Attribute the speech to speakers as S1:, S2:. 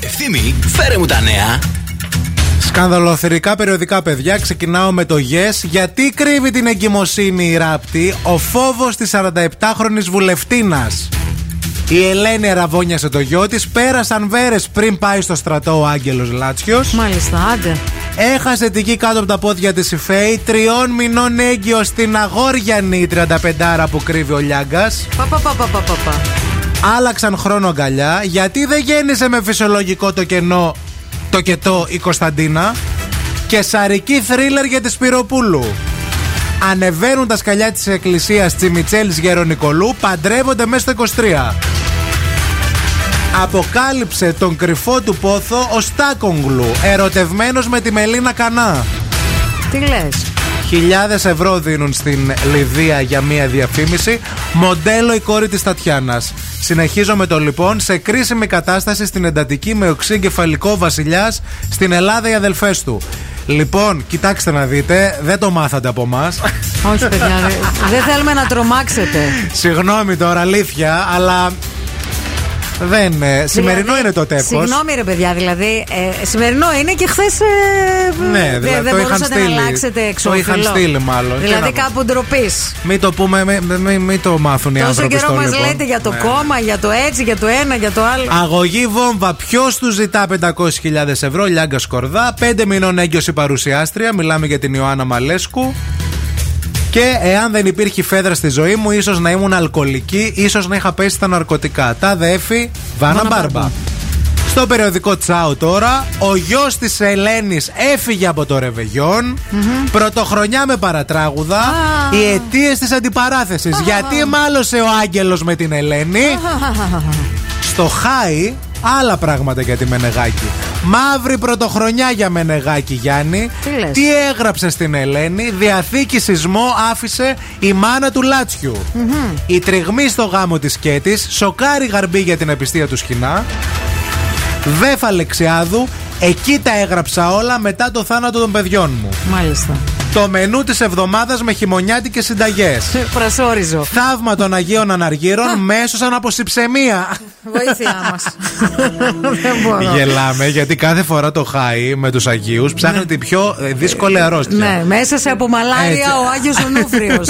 S1: Ευθύμη, φέρε μου τα νέα.
S2: Σκανδαλοθερικά περιοδικά, παιδιά. Ξεκινάω με το Yes. Γιατί κρύβει την εγκυμοσύνη η ράπτη ο φόβος της 47χρονη βουλευτήνα. Η Ελένη ραβώνιασε το γιο της, πέρασαν βέρες πριν πάει στο στρατό ο Άγγελος Λάτσιος.
S3: Μάλιστα, άντε.
S2: Έχασε τη γη κάτω από τα πόδια της η Φέη, τριών μηνών έγκυο στην Αγόριανη, η 35άρα που κρύβει ο Λιάγκας.
S3: Πα, πα, πα, πα, πα, πα, πα.
S2: Άλλαξαν χρόνο αγκαλιά, γιατί δεν γέννησε με φυσιολογικό το κενό το κετό η Κωνσταντίνα και σαρική θρίλερ για τη Σπυροπούλου. Ανεβαίνουν τα σκαλιά της εκκλησίας Τσιμιτσέλης Γερονικολού, παντρεύονται μέσα στο 23. Αποκάλυψε τον κρυφό του πόθο ο Στάκογκλου, ερωτευμένος με τη Μελίνα Κανά.
S3: Τι λες.
S2: Χιλιάδες ευρώ δίνουν στην Λιδία για μία διαφήμιση. Μοντέλο η κόρη της Τατιάνας. Συνεχίζω με το λοιπόν σε κρίσιμη κατάσταση στην εντατική με οξύγκεφαλικό βασιλιάς στην Ελλάδα οι αδελφές του. Λοιπόν, κοιτάξτε να δείτε, δεν το μάθατε από εμάς.
S3: Όχι, παιδιά. δε- Δεν θέλουμε να τρομάξετε.
S2: Συγγνώμη τώρα, αλήθεια, αλλά. Δεν. ε, Σημερινό
S3: Δηλαδή,
S2: είναι το τεύχο.
S3: Συγγνώμη, ρε παιδιά, δηλαδή. Ε, σημερινό είναι και χθες. Ε,
S2: Ναι,
S3: δε-
S2: δηλαδή,
S3: δεν
S2: το είχαν
S3: μπορούσατε
S2: στείλει.
S3: να αλλάξετε
S2: Το
S3: εξώφυλλο.
S2: είχαν στείλει, μάλλον.
S3: Δηλαδή
S2: Τι να πω.
S3: κάπου ντροπής.
S2: Μην το πούμε, μην το μάθουν οι
S3: Τόσο
S2: άνθρωποι
S3: καιρό
S2: στο
S3: μας
S2: λοιπόν.
S3: λέτε για το
S2: Ναι.
S3: κόμμα, για το έτσι, για το ένα, για το άλλο.
S2: Αγωγή βόμβα. Ποιος του ζητά 500.000 ευρώ, Λιάγκα Σκορδά. 5 μηνών έγκυος η παρουσιάστρια. Μιλάμε για την Ιωάννα Μαλέσκου. Και εάν δεν υπήρχε η φέδρα στη ζωή μου, ίσως να ήμουν αλκοολική, ίσως να είχα πέσει στα ναρκωτικά. Τα δέφη, Βάνα Μπάρμπα. Στο περιοδικό Τσάου τώρα, ο γιος της Ελένης έφυγε από το ρεβεγιον Πρωτοχρονιά με παρατράγουδα. Οι αιτίες της αντιπαράθεσης. Γιατί μάλωσε ο Άγγελος με την Ελένη. Στο Χάι άλλα πράγματα για τη Μενεγάκη. Μαύρη πρωτοχρονιά για Μενεγάκη Γιάννη.
S3: Τι λες?
S2: έγραψες στην Ελένη. Διαθήκη σεισμό άφησε η μάνα του λατσιου Η τριγμή στο γάμο της Κέτης. Σοκάρι γαρμπή για την επιστία του σκηνά. Βέφα Λεξιάδου. Εκεί τα έγραψα όλα μετά το θάνατο των παιδιών μου.
S3: Μάλιστα.
S2: Το μενού της εβδομάδας με χειμωνιάτικες συνταγές.
S3: Πρασόριζο.
S2: Θαύμα των Αγίων Αναργύρων μέσωσαν από συψεμία.
S3: Βοήθειά μας. δεν μπορώ.
S2: Γελάμε γιατί κάθε φορά το χάι με τους Αγίους ψάχνει την πιο ε, δύσκολη αρρώστια.
S3: Ναι, μέσα σε απομαλάρια
S2: Έτσι.
S3: ο Άγιος Ονούφριος